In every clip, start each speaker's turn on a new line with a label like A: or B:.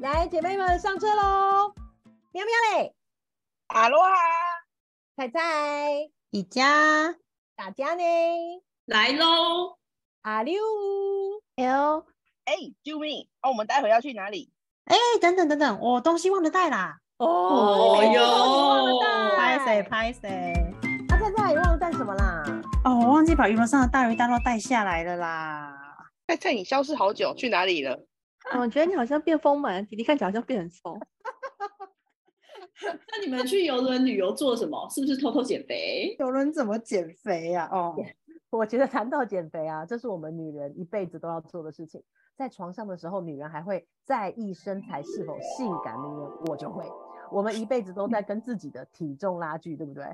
A: 来，姐妹们上车喽！喵喵嘞，
B: 阿罗哈，
A: 菜菜，
C: 宜家
A: 大家呢？
D: 来喽！
A: 阿六，哦
C: L，
B: 哎，救命！哦，我们待会要去哪里？
C: 哎、等等等等，我东西忘了带啦，
D: 哦
A: 你
D: 哟
A: 忘了带
C: 拍谁？拍谁？
A: 啊，菜菜，你忘了带什么啦？
C: 哦，我忘记把鱼轮上的大鱼大肉带下来了啦。
B: 菜菜，你消失好久，去哪里了？
E: 我哦觉得你好像变丰满，弟弟看起来好像变很瘦。
D: 那你们去游轮旅游做什么？是不是偷偷减肥？
C: 游轮怎么减肥呀、哦，
A: 我觉得谈到减肥啊，这是我们女人一辈子都要做的事情。在床上的时候，女人还会在意身材是否性感呢？我就会，我们一辈子都在跟自己的体重拉锯，对不对？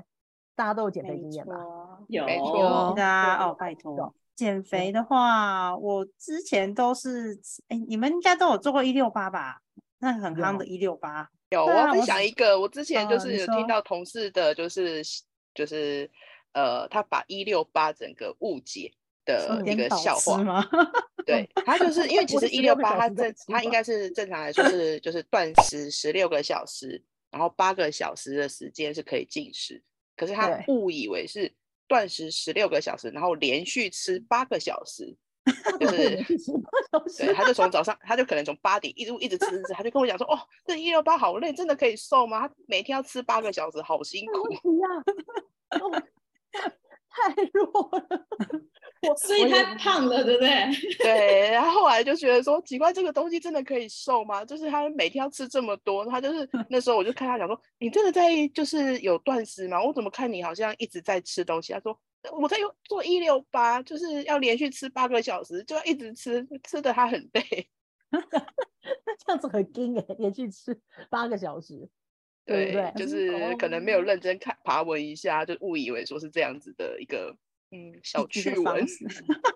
A: 大家都有减肥经验吧？
D: 有，
B: 没错
C: 对啊，
A: 对
C: 哦，拜托。减肥的话，我之前都是，哎、你们应该都有做过一六八吧？那个很夯的一六八，
B: 有，我
C: 对啊
B: 要分
C: 我
B: 享
C: 只
B: 一个，我之前就
C: 哦
B: 是
C: 你
B: 有
C: 说
B: 听到同事的，就是就是呃，他把一六八整个误解的呃一
C: 颠
B: 个
C: 倒
B: 笑
C: 吃
B: 话。
C: 吗？
B: 对，他就是因为其
A: 我
B: 实
A: 是
B: 一六
A: 16个
B: 八，
A: 小
B: 他
A: 时在
B: 正
A: 吃
B: 他应
A: 吧
B: 该是正常来说是 就是断食十六个小时，然后八个小时的时间是可以进食，可是他
A: 对
B: 误以为是断食十六个小时，然后连续吃八个小时，就是
A: 去吃八小
B: 对，
A: 时，
B: 他就从早上，他就可能从八点一路一直吃吃吃，他就跟我讲说，哦，这一六八好累，真的可以瘦吗？他每天要吃八个小时，好辛
A: 问
B: 苦。
A: 题呀、哦太弱了。我
D: 所以
A: 我也
D: 他胖了，对不对？
B: 对，然后后来就觉得说，奇怪，这个东西真的可以瘦吗？就是他每天要吃这么多，他就是那时候我就看他讲说，你真的在就是有断食吗？我怎么看你好像一直在吃东西？他说呃我在用做一六八，就是要连续吃八个小时，就要一直吃，吃的他很累。
A: 那这样子很硬哎、连续吃八个小时，对不对
B: 就
C: 嗯
B: 是可能没有
C: 哦
B: 认真看爬文一下，就误以为说是这样子的一个嗯小
C: 一个
B: 趣
C: 方
B: 闻。
C: 式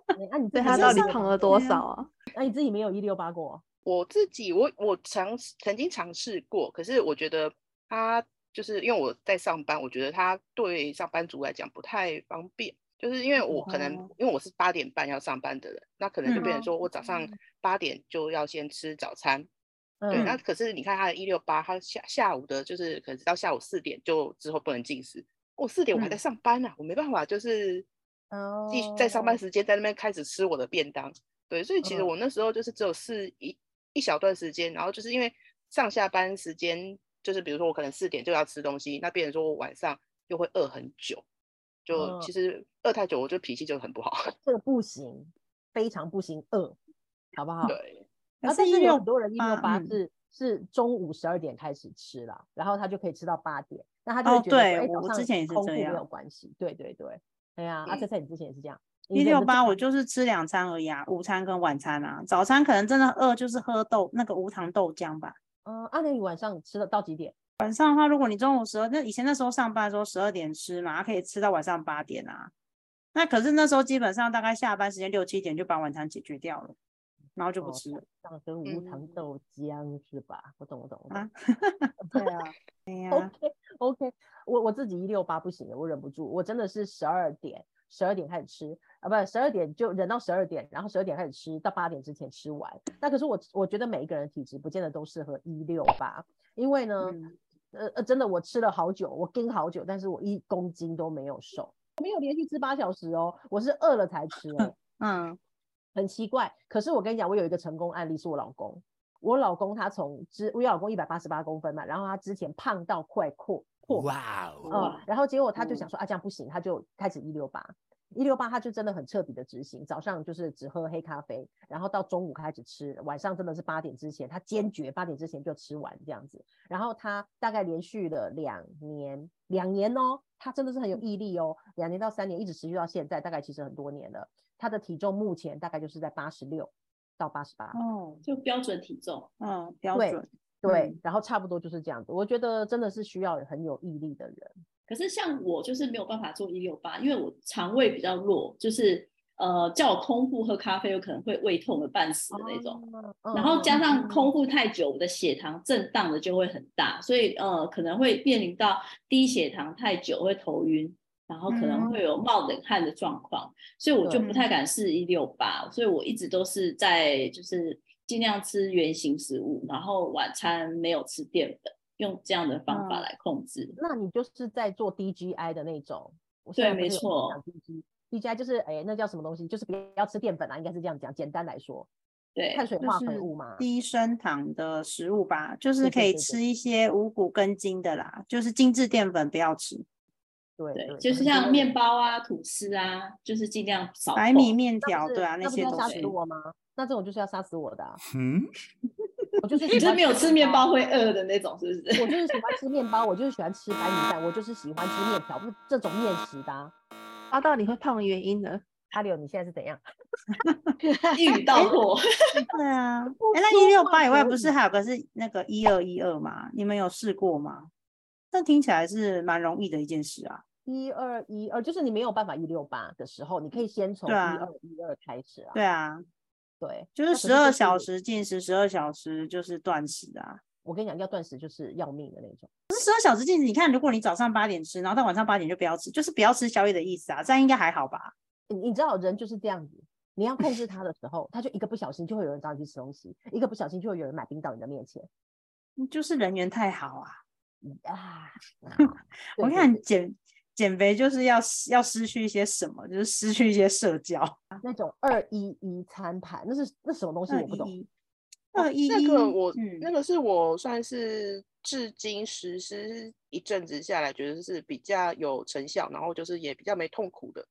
A: 哎那、你自
E: 对
A: 己
E: 他
A: 没
E: 到
A: 有
E: 底
A: 168
E: 胖了多
C: 对啊
E: 少啊？
A: 那、你自己没有一六八过？
B: 我自己，我我尝试曾经尝试过，可是我觉得它就是因为我在上班，我觉得它对上班族来讲不太方便，就是因为我可能、
C: 哦
B: 因为我是八点半要上班的人，那可能就变成
E: 嗯
B: 说我早上八点就要先吃早餐，对，
A: 嗯，
E: 啊
B: 那可是你看他的一六八，他下下午的就是可能到下午四点就之后不能进食，我、四点我还
A: 嗯
B: 在上班呢、啊我没办法就是继续在上班
A: 哦
B: 时间在那边开始吃我的便当。对，所以其实
A: 嗯
B: 我那时候就是只有试一一小段时间，然后就是因为上下班时间，就是比如说我可能四点就要吃东西，那变成说我晚上又会饿很久，就
A: 嗯
B: 其实饿太久，我就脾气就很不好。
A: 这个不行，非常不行，饿，好不好？
B: 对，
A: 然后但
C: 可是一
A: 是有
C: 六
A: 很多人一六八
C: 嗯
A: 是是中午十二点开始吃啦，然后他就可以吃到八点，那他就
C: 哦
A: 会觉得
C: 对
A: 说哎
C: 我
A: 早
C: 之
A: 上
C: 前也是
A: 空
C: 这
A: 腹没
C: 样
A: 有关系，对对对，哎呀，阿
B: 嗯
A: 菜菜你之前也是这样，你
C: 一
A: 以前
C: 六
A: 是
C: 八，
A: 正
C: 我就是吃两餐而已啊，午餐跟晚餐啊。早餐可能真的饿，就是喝豆那个无糖豆浆吧。
A: 嗯，啊，那你晚上吃的到几点？
C: 晚上的话，如果你中午十二，那以前那时候上班的时候十二点吃嘛，可以吃到晚上八点啊。那可是那时候基本上大概下班时间六七点就把晚餐解决掉了，然后就不
A: 哦
C: 吃了。
A: 上跟无糖
B: 嗯
A: 豆浆是吧？我懂，我懂，我懂。
C: 啊对啊，对呀、
A: OK OK，我我自己一六八不行的，我忍不住，我真的是十二点，十二点开始吃啊，不，十二点就忍到十二点，然后十二点开始吃，到八点之前吃完。那可是我我觉得每一个人体质不见得都适合一六八，因为呢，
C: 嗯
A: 呃呃，真的我吃了好久，我跟好久，但是我一公斤都没有瘦，我没有连续吃八小时哦，我是饿了才吃哦，
C: 嗯，
A: 很奇怪。可是我跟你讲，我有一个成功案例是我老公。我老公他从之，我老公一百八十八公分嘛，然后他之前胖到快破破
F: 哇
A: 嗯
D: 哇，
A: 然后结果他就想说啊，这样不行，他就开始一六八，一六八他就真的很彻底的执行，早上就是只喝黑咖啡，然后到中午开始吃，晚上真的是八点之前，他坚决八点之前就吃完这样子。然后他大概连续了两年，两年哦，他真的是很有毅力哦，两年到三年一直持续到现在，大概其实很多年了。他的体重目前大概就是在八十六到八十八，
C: 哦，
D: 就标准体重。
C: 嗯，标
A: 对
C: 准。
A: 对
C: 嗯，
A: 然后差不多就是这样子。我觉得真的是需要很有毅力的人。
D: 可是像我就是没有办法做一六八，因为我肠胃比较弱，就是呃叫我空腹喝咖啡，有可能会胃痛的半死的那种。
A: 哦，
D: 然后
A: 嗯
D: 加上
A: 嗯
D: 空腹太久，我的血糖震荡的就会很大，所以呃可能会面临到低血糖太久会头晕，然后可能
C: 嗯
D: 会有冒冷汗的状况，所以我就
A: 对
D: 不太敢试一六八，所以我一直都是在就是尽量吃原形食物，然后晚餐没有吃淀粉，用这样的方法
C: 嗯
D: 来控制。
A: 那你就是在做 DGI 的那种。我
D: 对没错。
A: DGI 就是哎、那叫什么东西？就是不要吃淀粉啊，应该是这样讲。简单来说，
D: 对，
A: 碳水
C: 就
A: 化合
C: 是
A: 物嘛。
C: 低升糖的食物吧，就
A: 啊
C: 是
A: 对
C: 可
A: 对
C: 以
A: 对对
C: 吃一些五谷根茎的啦，就是精致淀粉不要吃，
A: 对
D: 对，
A: 对
D: 就是
A: 因为
D: 像面包啊、吐司啊，就是尽量少
C: 白米
D: 碰
C: 面
A: 哦那
C: 条
A: 不是
C: 对啊，
A: 那
C: 那
A: 不
C: 些
A: 是要
C: 东
A: 杀
C: 西
A: 死。我吗？那这种就是要杀死我的啊、
F: 嗯，
A: 我就是
D: 你
A: 喜
D: 是
A: 欢
D: 没有吃面
A: 面
D: 包会饿的那种，是不
A: 我就
D: 是？
A: 是喜欢吃面包，我就是喜欢吃白米饭，我就是喜欢吃面条，不是这种面食的、啊。
E: 抓到你会胖的原因呢？
A: 阿柳，你现在是怎样？
D: 一语道破。
C: 对啊，
A: 不
C: 哎，那
A: 说
C: 一六
A: 话
C: 八以外
A: 可
C: 不是
A: 以
C: 还有个是那个一二一二吗？你们有试过吗？那听起来是蛮容易的一件事啊。
A: 一二一二，就是你没有办法一六八的时候，你可以先从一
C: 对啊
A: 二一二开始啊。
C: 对啊，
A: 对，
C: 就是
A: 那可是
C: 十二
A: 就
C: 小
A: 是
C: 时进食，十二小时就是断食啊。
A: 我跟你讲，要断食就是要命的那种。
C: 十二小时进食，你看，如果你早上八点吃，然后到晚上八点就不要吃，就是不要吃宵夜的意思啊，这样应该还好吧？
A: 你你知道人就是这样子，你要控制他的时候，他就一个不小心就会有人找你去吃东西，一个不小心就会有人买冰到你的面前
C: 嗯就是人缘太好啊。
A: 啊！
C: 我
A: 对对
C: 看
A: 对
C: 减减肥就是要失要失去一些什么，就是失去一些社交。
A: 那种二一一餐盘，那是那什么东西
C: 二
A: 我不
C: 一
A: 懂。哦
C: 一，二一
B: 那
C: 一，
B: 个我、那
C: 嗯，
B: 个是我算是至今实施一阵子下来，觉得是比较有成效，然后就是也比较没痛苦的。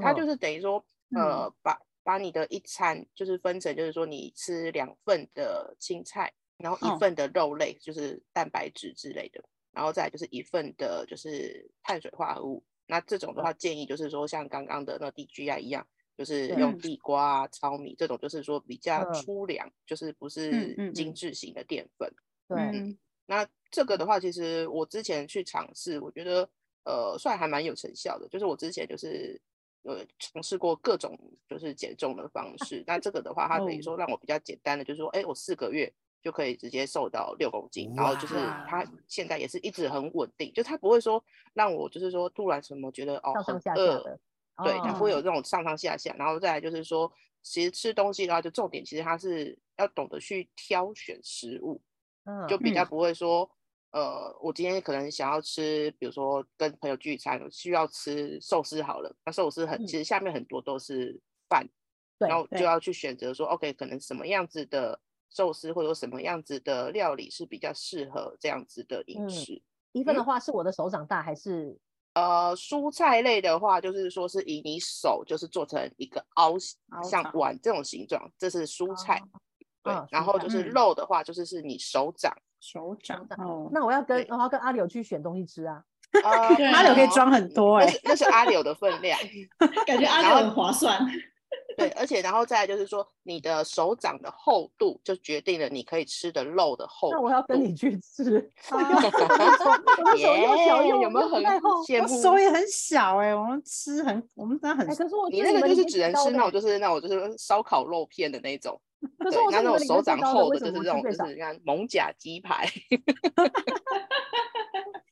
B: 它就
A: 嗯
B: 是等于说，呃，把把你的一餐就是分成，就是说你吃两份的青菜，然后
C: 哦
B: 一份的肉类，就是蛋白质之类的，然后再来就是一份的就是碳水化合物。那这种
C: 嗯
B: 的话，建议就是说像刚刚的那 DGI 一样，就是
A: 对
B: 用
C: 嗯
B: 地瓜啊、糙米这种，就是说比较
A: 嗯
B: 粗粮，就是不是
C: 嗯
B: 精
C: 嗯
B: 致型的淀粉。
A: 对，
C: 嗯
B: 那这个的话，其实我之前去尝试，我觉得呃算还蛮有成效的。就是我之前就是呃尝试过各种就是减重的方式，那这个的话，它等于
C: 哦
B: 说让我比较简单的，就是说，哎，我四个月就可以直接瘦到六公斤，然后就是它
C: 哇
B: 现在也是一直很稳定，就它不会说让我就是说突然什么觉得哦
A: 上上
B: 很
A: 下下
B: 饿，
A: 的。
B: 对，它
A: 哦
B: 不会有这种上上下下，然后再来就是说，其实吃东西的话，就重点其实它是要懂得去挑选食物，
A: 嗯
B: 就比
C: 嗯
B: 较不会说，呃，我今天可能想要吃，比如说跟朋友聚餐需要吃寿司好了，那寿司很、其实下面很多都是饭，
A: 嗯对
B: 然后就
C: 对
B: 要去选择说，OK，可能什么样子的寿司或者什么样子的料理是比较适合这样子的饮
A: 嗯
B: 食。
A: 一份的
B: 嗯
A: 话是我的手掌大还是
B: 呃，蔬菜类的话，就是说是以你手就是做成一个凹形，
C: 凹
B: 像
C: 槽
B: 碗这种形状，这是蔬菜。对，
A: 啊
B: 然
A: 蔬
B: 后
A: 菜
B: 就是
C: 嗯
B: 肉的话，就是是你手掌。
C: 手掌
A: 掌
C: 哦，
A: 那我要跟
B: 对
A: 我要跟阿柳去选东西吃啊？
B: 呃
D: 对
C: 阿柳可以
B: 好
C: 装很多哎、
B: 那是那是阿柳的分 量，
D: 感觉阿
B: 然
D: 六
B: 后
D: 很划算。
B: 对，而且然后再来就是说，你的手掌的厚度就决定了你可以吃的肉的厚度。
A: 那我要跟你去吃。 我
C: 啊
A: 要我的手我的手又小
B: 耶
A: 又
B: 有没有
A: 又
B: 很
A: 太厚？
B: 羡
C: 我
B: 慕？
C: 手也很小哎、我们吃很，我们真的很
A: 哎，可是我
B: 你
A: 是
B: 那个
A: 们
B: 就
A: 里
B: 是
A: 面
B: 只
A: 最
B: 能
A: 高的
B: 吃那种
A: 欸
B: 就是那种就是烧烤肉片的那种，
A: 可是
B: 对
A: 我
B: 那
A: 是你
B: 那
A: 们
B: 种
A: 里面
B: 手
A: 最
B: 掌
A: 高
B: 厚
A: 为
B: 的
A: 什
B: 就
A: 么
B: 是
A: 我吃
B: 这种
A: 最
B: 就
A: 少
B: 是你看蒙甲鸡排，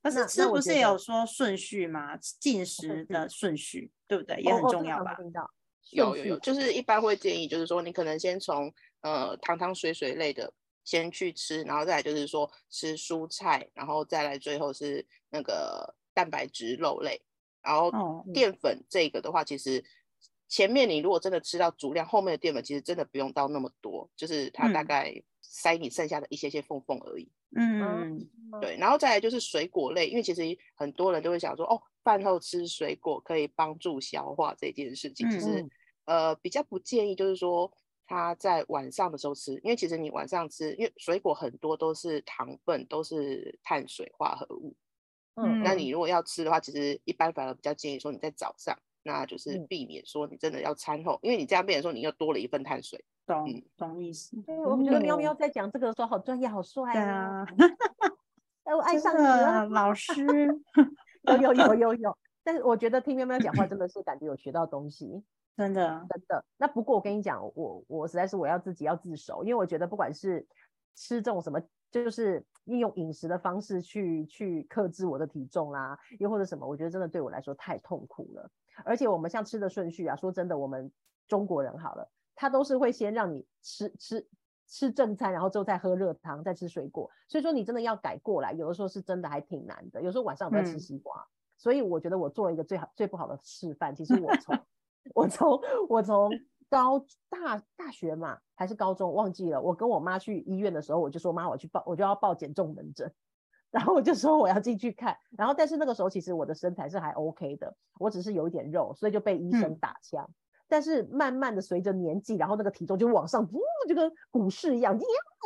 C: 可是
A: 那
C: 吃
A: 那我
C: 不
A: 觉
C: 是也
A: 得
C: 有说顺序吗？进食的顺序，对不对？也
A: 哦
C: 很
A: 哦
C: 重
A: 这个
C: 要
A: 常常
C: 吧？
A: 听到
B: 有
A: 顺
B: 有
A: 序
B: 有，就是一般会建议，就是说你可能先从呃汤汤水水类的先去吃，然后再来就是说吃蔬菜，然后再来最后是那个蛋白质肉类，然后
C: 哦
B: 淀粉这个的话，其实前面你如果真的吃到足量，后面的淀粉其实真的不用到那么多，就是它大
C: 嗯
B: 概塞你剩下的一些些缝缝而已。
C: 嗯，
B: 对，然后再来就是水果类，因为其实很多人都会想说，哦，饭后吃水果可以帮助消化这件事情，其实
A: 嗯
B: 呃比较不建议，就是说他在晚上的时候吃，因为其实你晚上吃，因为水果很多都是糖分，都是碳水化合物，
A: 嗯，
B: 那你如果要吃的话，其实一般反而比较建议说你在早上，那就是
A: 嗯
B: 避免说你真的要餐后，因为你这样变成说你又多了一份碳水。
C: 懂懂意思。
A: 嗯对，我觉得喵喵
B: 嗯
C: 哦
A: 在讲这个的时候好专业，好帅
C: 对
A: 啊！
C: 啊，
A: 哎，我爱
C: 真
A: 上你
C: 的
A: 了。
C: 老师，
A: 有有有有有， 但是我觉得听喵喵讲话真的是感觉有学到东西。
C: 真的
A: 真的。那不过我跟你讲，我我实在是我要自己要自首，因为我觉得不管是吃这种什么，就是利用饮食的方式去去克制我的体重啦、又或者什么，我觉得真的对我来说太痛苦了。而且我们像吃的顺序啊，说真的，我们中国人好了，他都是会先让你吃吃吃正餐，然后之后再喝热汤，再吃水果。所以说你真的要改过来，有的时候是真的还挺难的。有时候晚上我们在吃
C: 嗯
A: 西瓜，所以我觉得我做了一个最好最不好的示范。其实我从我从我从高大大学嘛，还是高中忘记了。我跟我妈去医院的时候，我就说妈，我去报，我就要报减重门诊。 然后我就说我要进去看，然后但是那个时候其实我的身材是还 OK 的，我只是有一点肉，所以就被医生
C: 嗯
A: 打枪。但是慢慢的随着年纪，然后那个体重就往上，呜，就跟股市一样，呀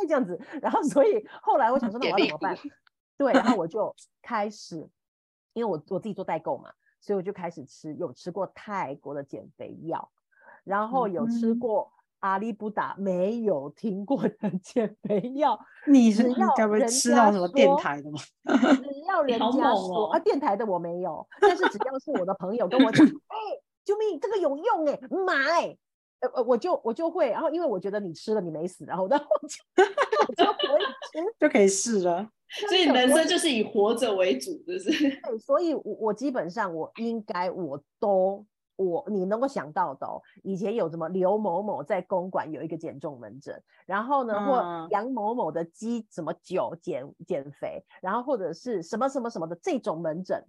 A: 这样子。然后所以后来我想说，那
B: 点
A: 我要
B: 屁
A: 怎么办？对，然后我就开始，因为我我自己做代购嘛，所以我就开始吃，有吃过泰国的减肥药，然后有吃
C: 嗯
A: 过阿里不达没有听过的 减肥 药，
C: 你
A: 只
C: 是你
A: 要
C: 该不会
A: 人
C: 吃
A: 家
C: 那种什么电
A: 说
C: 台的吗？
A: 只要人
D: 好
A: 家
D: 猛
A: 说、
D: 哦
A: 啊，电台的我没有，但是只要是我的朋友跟我 讲，哎、救命，这个有用哎、买，呃呃，我就我就会，然后因为我觉得你吃了你没死，然后然后我就 我就可以吃，
C: 就可以试了。
D: 所
C: 啊
D: 以
A: 真的
D: 人
A: 我
D: 生就是以活着为主，就是
A: 对，所以我我基本上我应该我都我你能够想到的、哦，以前有什么刘某某在公馆有一个减重门诊，然后呢、或
C: 嗯
A: 杨某某的鸡什么酒减减肥，然后或者是什么什么什么的这种门诊，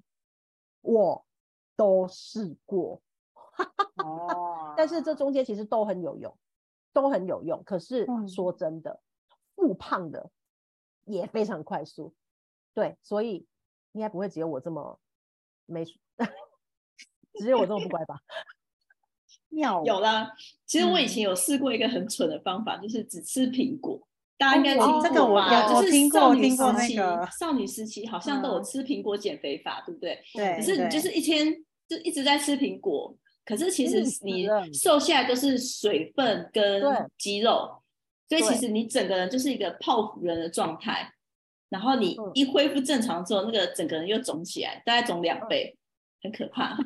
A: 我都试过，
C: 哦
A: 但是这中间其实都很有用，都很有用。可是
C: 嗯
A: 说真的，复胖的也非常快速，对，所以应该不会只有我这么没素， 只有我这么不乖吧？
C: 妙
D: 有
C: 哦嗯
D: 啦。其实我以前有试过一个很蠢的方法，就是只吃苹果。大家应该听
A: 哦
D: 过
A: 这个我
D: 吧
A: 有
D: 就
A: 我
D: 是
C: 听过
D: 少女
C: 听过
D: 时
C: 那
D: 期
C: 个
D: 少女时期好像都有
C: 嗯
D: 吃苹果减肥法，对不对？
C: 对，
D: 可是你
C: 对
D: 就是一天就一直在吃苹果，可是其实
A: 嗯
D: 你
A: 是
D: 瘦下来都是水分跟
A: 对
D: 肌肉，所以其
A: 对
D: 实你整个人就是一个泡芙人的状态。然后你
A: 嗯
D: 一恢复正常之后，那个整个人又肿起来，大概肿两倍，很可怕。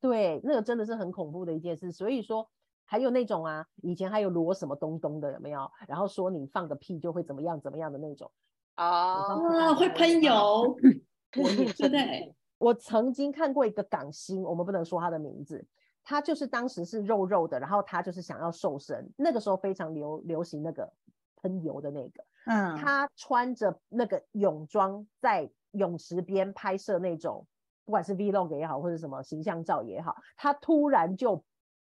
A: 对，那个真的是很恐怖的一件事。所以说，还有那种啊，以前还有裸什么东东的，有没有？然后说你放个屁就会怎么样怎么样的那种。
B: 啊
A: 哦
D: 啊，会喷 油，
A: 我也
D: 对不
A: 曾
D: 对
A: 经我曾经看过一个港星，我们不能说他的名字，他就是当时是肉肉的，然后他就是想要瘦身，那个时候非常流流行那个喷油的那个，
C: 嗯，
A: 他穿着那个泳装在泳池边拍摄那种，不管是 vlog 也好，或者什么形象照也好，他突然就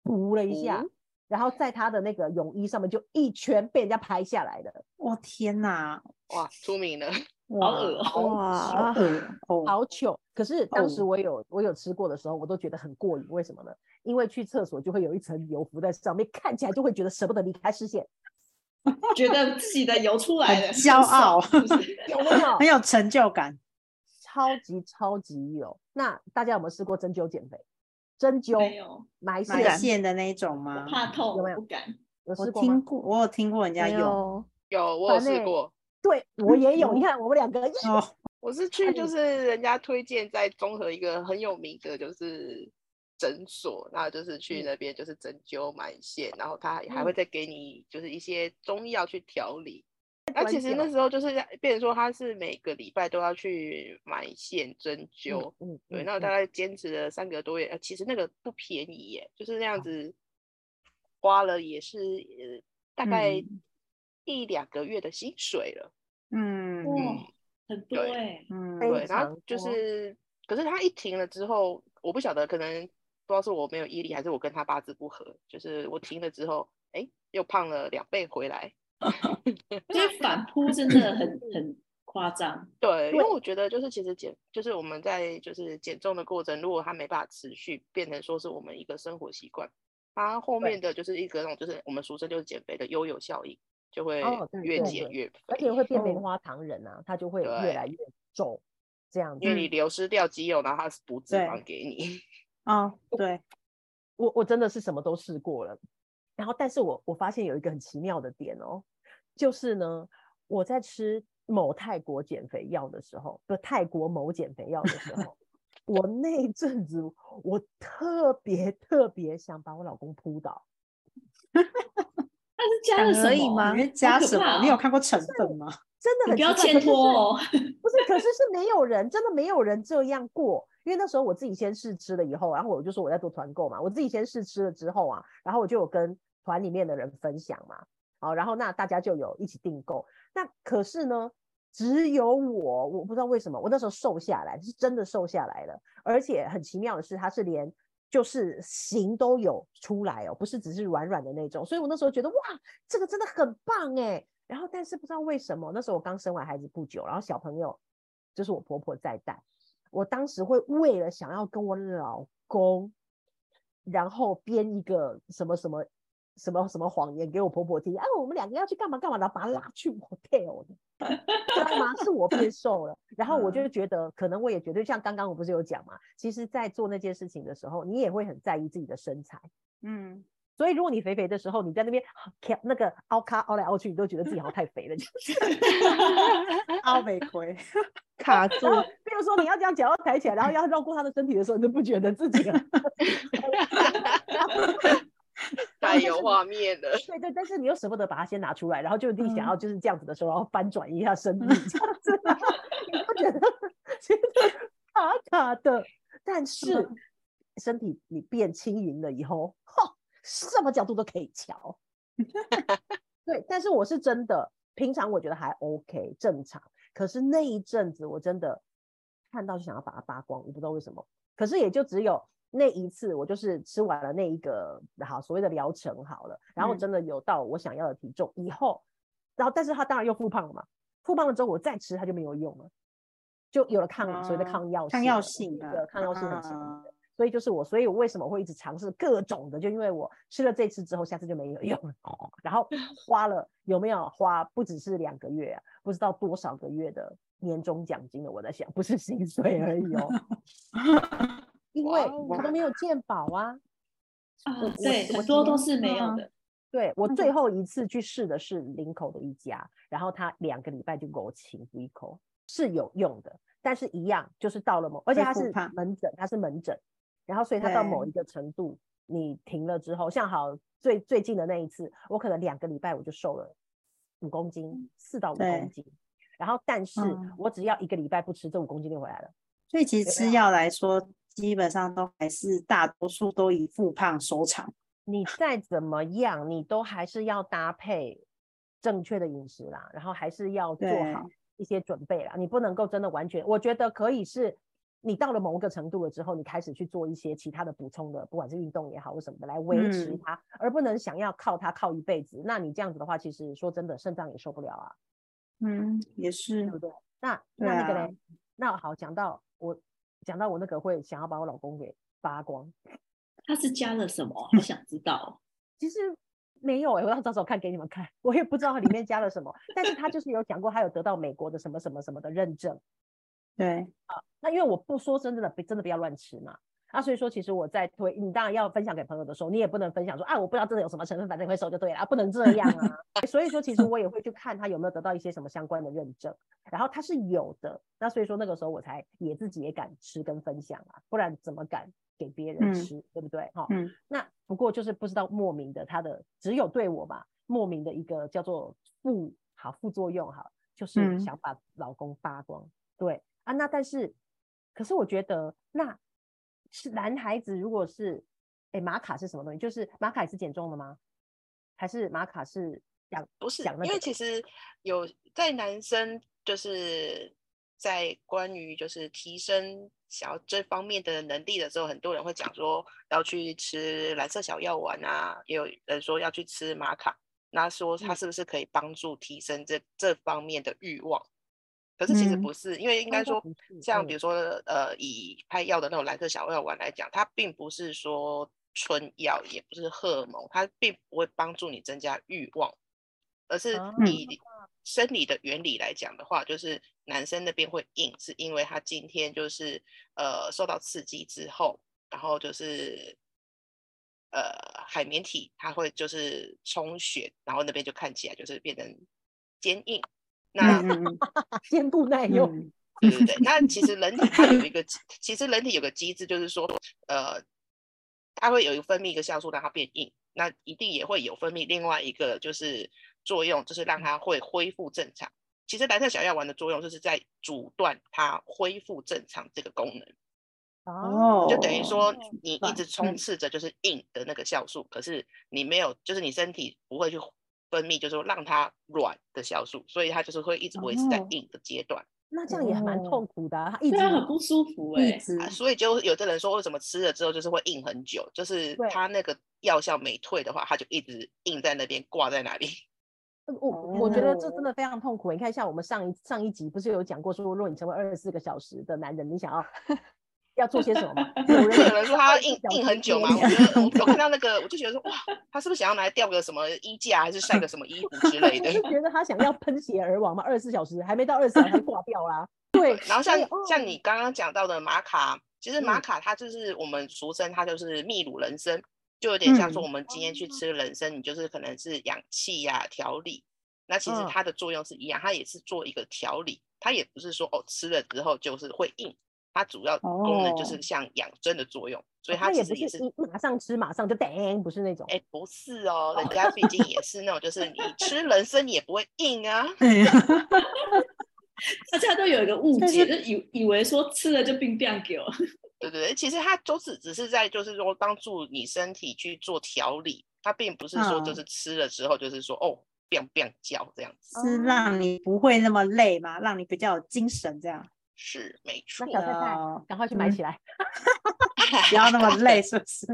A: 补了一下，
B: 嗯
A: 然后在他的那个泳衣上面就一圈被人家拍下来的，
C: 我天哪，
B: 哇，出 名了，
C: 哇
D: 好恶哦。
C: 好
E: 哇，
C: 恶哦，
A: 啊好糗。可是当时
C: 哦
A: 我有、我有吃过的时候，我都觉得很过瘾。为什么呢？因为去厕所就会有一层油浮在上面，看起来就会觉得舍不得离开视线，
D: 哦觉得自己的油出来了，
C: 很骄傲
D: 很爽是不是
A: 有没有
C: 很？有成就感。
A: 超级超级有。那大家有没有试过针灸减肥？针
D: 没
A: 灸
D: 有，
A: 埋
C: 埋
A: 线
C: 线的那一种
D: 我
C: 吗？
D: 怕痛，
A: 有没
D: 我
A: 有
D: 不敢。
A: 有
C: 我
A: 试过
C: 听
A: 吗？
C: 过，我有听过人家
E: 没
C: 用
E: 有，
B: 有我有
A: 烦欸
B: 试过，
A: 对，我也有。你看我们两个，
C: 哦，
B: 我是去
A: 你
B: 就是人家推荐在综合一个很有名的就是诊所，然后就是去
A: 嗯
B: 那边就是针灸埋线，然后他还会再给你就是一些中药去调理。那
A: 关哦
B: 其实
A: 掉
B: 那时候就是变成说他是每个礼拜都要去埋线针灸，
A: 嗯，
B: 对，
A: 嗯
B: 那我
A: 嗯
B: 大概坚持了三个多月，呃，其实那个不便宜耶，就是那样子花了也是呃大概
C: 嗯
B: 一两个月的薪水了。
C: 嗯
D: 哇、很多
B: 对
D: 哎、
C: 嗯，
A: 非
B: 对，然
A: 常
B: 后就
A: 多
B: 是，可是他一停了之后，我不晓得，可能不知道是我没有毅力，还是我跟他八字不合，就是我停了之后，哎，又胖了两倍回来。
D: 所以反扑真的很很夸张。
B: 对，因为
A: 对
B: 我觉得就是其实减，就是我们在就是减重的过程，如果它没办法持续，变成说是我们一个生活习惯，它后
A: 对
B: 面的就是一个那种就是我们俗称就是减肥的悠悠效应，就会
A: 哦对
B: 越
A: 对
B: 减越肥，
A: 而且会变棉
C: 哦
A: 花糖人啊，它就会越
B: 对
A: 来越皱，这样子
B: 因。为你流失掉肌肉，然后它是补脂
C: 对
B: 肪 给你。
C: 哦，对，
A: 我我真的是什么都试过了，然后但是我我发现有一个很奇妙的点哦，就是呢，我在吃某泰国减肥药的时候，不泰国某减肥药的 时候，我那一阵子我特别特别想把我老公扑倒，
D: 他是加了什么？
E: 而已吗
C: 你在加
D: 好可
C: 什
D: 怕
C: 么？
D: 哦
C: 你有看过 成分吗？
A: 真的
D: 你
A: 很
D: 不要
A: 奇怪可
D: 欠
A: 是
D: 拖
A: 是
D: 哦。
A: 不是，可是是没有人，真的没有人这样过。因为那时候我自己先试吃了以后，然后我就说我在做团购嘛，我自己先试吃了之后啊，然后我就有跟团里面的人分享嘛，好，然后那大家就有一起订购。那可是呢，只有我，我不知道为什么，我那时候瘦下来，是真的瘦下来了，而且很奇妙的是，它是连就是形都有出来哦，不是只是软软的那种。所以我那时候觉得哇，这个真的很棒哎。然后但是不知道为什么，那时候我刚生完孩子不久，然后小朋友就是我婆婆在带，我当时会为了想要跟我老公，然后编一个什么什么。什么什么谎言给我婆婆听啊？我们两个要去干嘛干嘛，然后把她拉去 hotel 的，知道吗？是我变瘦了，然后我就觉得，可能我也觉得，像刚刚我不是有讲嘛，其实，在做那件事情的时候，你也会很在意自己的身材。
C: 嗯，
A: 所以，如果你肥肥的时候，你在那边那个凹咖凹来凹去，你都觉得自己好像太肥了。就是啊
C: 奥美葵，
E: 卡住，
A: 然后，比如说你要这样脚要抬起来，然后要绕过他的身体的时候，你都不觉得自己很
B: 太有画面了。
A: 对对，但是你又舍不得把它先拿出来，然后就一定
E: 嗯
A: 想要就是这样子的时候，然后翻转一下身体这样子， 你就觉得觉得卡卡的。但是身体你变轻盈了以后，哈，什么角度都可以瞧。对，但是我是真的，平常我觉得还 OK 正常，可是那一阵子我真的看到就想要把它扒光，我不知道为什么。可是也就只有那一次，我就是吃完了那一个好所谓的疗程好了，然后
C: 嗯
A: 真的有到我想要的体重以后，然后但是他当然又复胖了嘛，复胖了之后我再吃它就没有用了，就有了抗、所谓的
C: 哦
A: 抗药
C: 抗
A: 性
C: 药
A: 了
C: 性
A: 对
C: 的
A: 抗药性很强的。
C: 啊
A: 所以就是我，所以我为什么会一直尝试各种的，就因为我吃了这次之后，下次就没有用了。哦然后花了有没有花，不只是两个月、啊，不知道多少个月的年终奖金了。我在想，不是薪水而已哦，
C: 嗯
A: 因为
B: 哇
A: 我都没有健保啊。
D: 啊
A: 我，
D: 对，
A: 我
D: 很多都
A: 是。
D: 是没
C: 嗯
D: 有
E: 啊
D: 的。
A: 对我
E: 那
A: 最
E: 个
A: 后一次去试的是林口的一家，然后他两个礼拜就给我请一口，是有用的，但是一样就是到了某，而且
C: 会
A: 它
C: 复
A: 是
C: 胖
A: 门诊，它是门诊，然后所以它到某
C: 对
A: 一个程度，你停了之后，像好最最近的那一次，我可能两个礼拜我就瘦了五公斤，四到五
C: 嗯对
A: 公斤，然后但是
C: 嗯
A: 我只要一个礼拜不吃，这五公斤就回来了。
C: 所以其
A: 有没
C: 实吃药来说，基本上都还是大多数都以复胖收场。
A: 你再怎么样，你都还是要搭配正确的饮食啦，然后还是要做好一些准备啦。你不能够真的完全，我觉得可以是你到了某个程度了之后，你开始去做一些其他的补充的，不管是运动也好或什么的，来维持
C: 嗯
A: 它，而不能想要靠它靠一辈子。那你这样子的话，其实说真的，肾脏也受不了啊，
C: 嗯，也
A: 对
C: 是
A: 不对？那
C: 对
A: 那那个
C: 啊
A: 嘞，那好，讲到我讲到我那个会想要把我老公给扒光，
D: 它是加了什 么？好想知道。
A: 其实没有哎、我要找找看给你们看，我也不知道它里面加了什么，但是他就是有讲过，他有得到美国的什么什么什么的认证。
C: 对，
A: 那因为我不说真的，不真的不要乱吃嘛。啊，所以说其实我在推，你当然要分享给朋友的时候，你也不能分享说啊，我不知道这个有什么成分，反正会瘦就对了，啊、不能这样啊。 所以说其实我也会去看他有没有得到一些什么相关的认证，然后他是有的。那所以说那个时候我才也自己也敢吃跟分享啊，不然怎么敢给别人
C: 嗯
A: 吃，对不对？哈、
C: 嗯，
A: 那不过就是不知道莫名的，他的只有对我吧，莫名的一个叫做副好副作用哈，就是
C: 嗯
A: 想把老公扒光。对啊，那但是可是我觉得那是男孩子如果是哎玛卡是什么东西？就是玛卡也是减重的吗？还是玛卡是讲
B: 不是，
A: 讲那
B: 因为
A: 个
B: 其实有在男生就是在关于就是提升想要这方面的能力的时候，很多人会讲说要去吃蓝色小药丸啊，也有人说要去吃玛卡，那说它
A: 嗯
B: 是不是可以帮助提升这这方面的欲望？可是其实
C: 嗯
B: 不是，因为应
A: 应
B: 该
A: 该
B: 说
A: 不是
B: 像
A: 嗯
B: 比如说呃，以拍药的那种蓝色小药丸来讲，它并不是说纯药，也不是荷尔蒙，它并不会帮助你增加欲望，而是
A: 啊
B: 以生理的原理来讲的话，就是男生那边会硬，是因为他今天就是呃受到刺激之后，然后就是。呃，海绵体它会就是充血，然后那边就看起来就是变成坚硬。那
C: 嗯嗯
A: 坚固耐
C: 嗯
A: 用？
C: 嗯，
B: 对对对，那其实人体它有一个机，其实人体有个机制，就是说，呃，它会有一个分泌一个酵素让它变硬，那一定也会有分泌另外一个就是作用，就是让它会恢复正常。其实蓝色小药丸的作用就是在阻断它恢复正常这个功能。
A: 哦，
B: 就等于说你一
D: 明嗯
B: 直充斥着就是硬的那个酵素，可是你没有，就是你身体不会去分泌，就是说让它软的酵素，所以它就是会一直维持在
D: 哦
B: 硬的阶段、
A: 那这样也蛮
C: 哦
A: 痛苦的、啊，他一直
D: 对啊，很不舒服哎、
C: 一直
A: 嗯
B: 啊。所以就有的人说，为什么吃了之后就是会硬很久，就是
A: 对
B: 它那个药效没退的话，它就一直硬在那边挂在那 里。
A: 呃我我觉得这真
C: 哦
A: 的非常痛苦。你看，像我们上一上一集不是有讲过说，如果你成为二十四个小时的男人，你想要要做些什么吗？有
B: 有
A: 人
B: 人说他要
A: 24
B: 硬
A: 小
B: 硬
A: 时
B: 很久嘛，
A: 捏
B: 我觉得我 我看到那个，我就觉得说哇，他是不是想要拿来吊个什么衣架，还是晒个什么衣服之类
A: 我
B: 的？
A: 是觉得他想要喷血而亡嘛，二十四小时还没到二十小时就挂掉啦。对，
B: 然后像
A: 所以哦
B: 像你刚刚讲到的玛卡，其实玛
A: 嗯
B: 卡它就是我们俗称它就是秘鲁人参，就有点像说
C: 嗯
B: 我们今
A: 哦
B: 天去吃人参，你就是可能是养气呀、调理。那其实
A: 嗯
B: 它的作用是一样，它也是做一个调理，它也不是说哦吃了之后就是会硬，它主要功能就
C: 哦
B: 是像养生的作用，所以
A: 他
B: 它其
A: 哦也
B: 实
A: 不
B: 也
A: 是
B: 是
A: 一马上吃马上就叮，不是那种。
B: 哎、不是哦，人家毕竟也是那种就是你吃人参也不会硬啊。
C: 哎呀，
D: 大家都有一个误
C: 但
D: 解，
C: 是
D: 就以以为说吃了就病变给我。
B: 对对对，其实它都是只是在就是说帮助你身体去做调理，它并不是说就
C: 嗯
B: 是吃了之后就是说、哦 biang biang 叫这样子，
C: 是让你不会那么累嘛，让你比较有精神这样。
B: 是没错。
A: 小菜菜
C: 哦
A: 赶快去买
C: 嗯
A: 起来。
C: 不要那么累，是不是？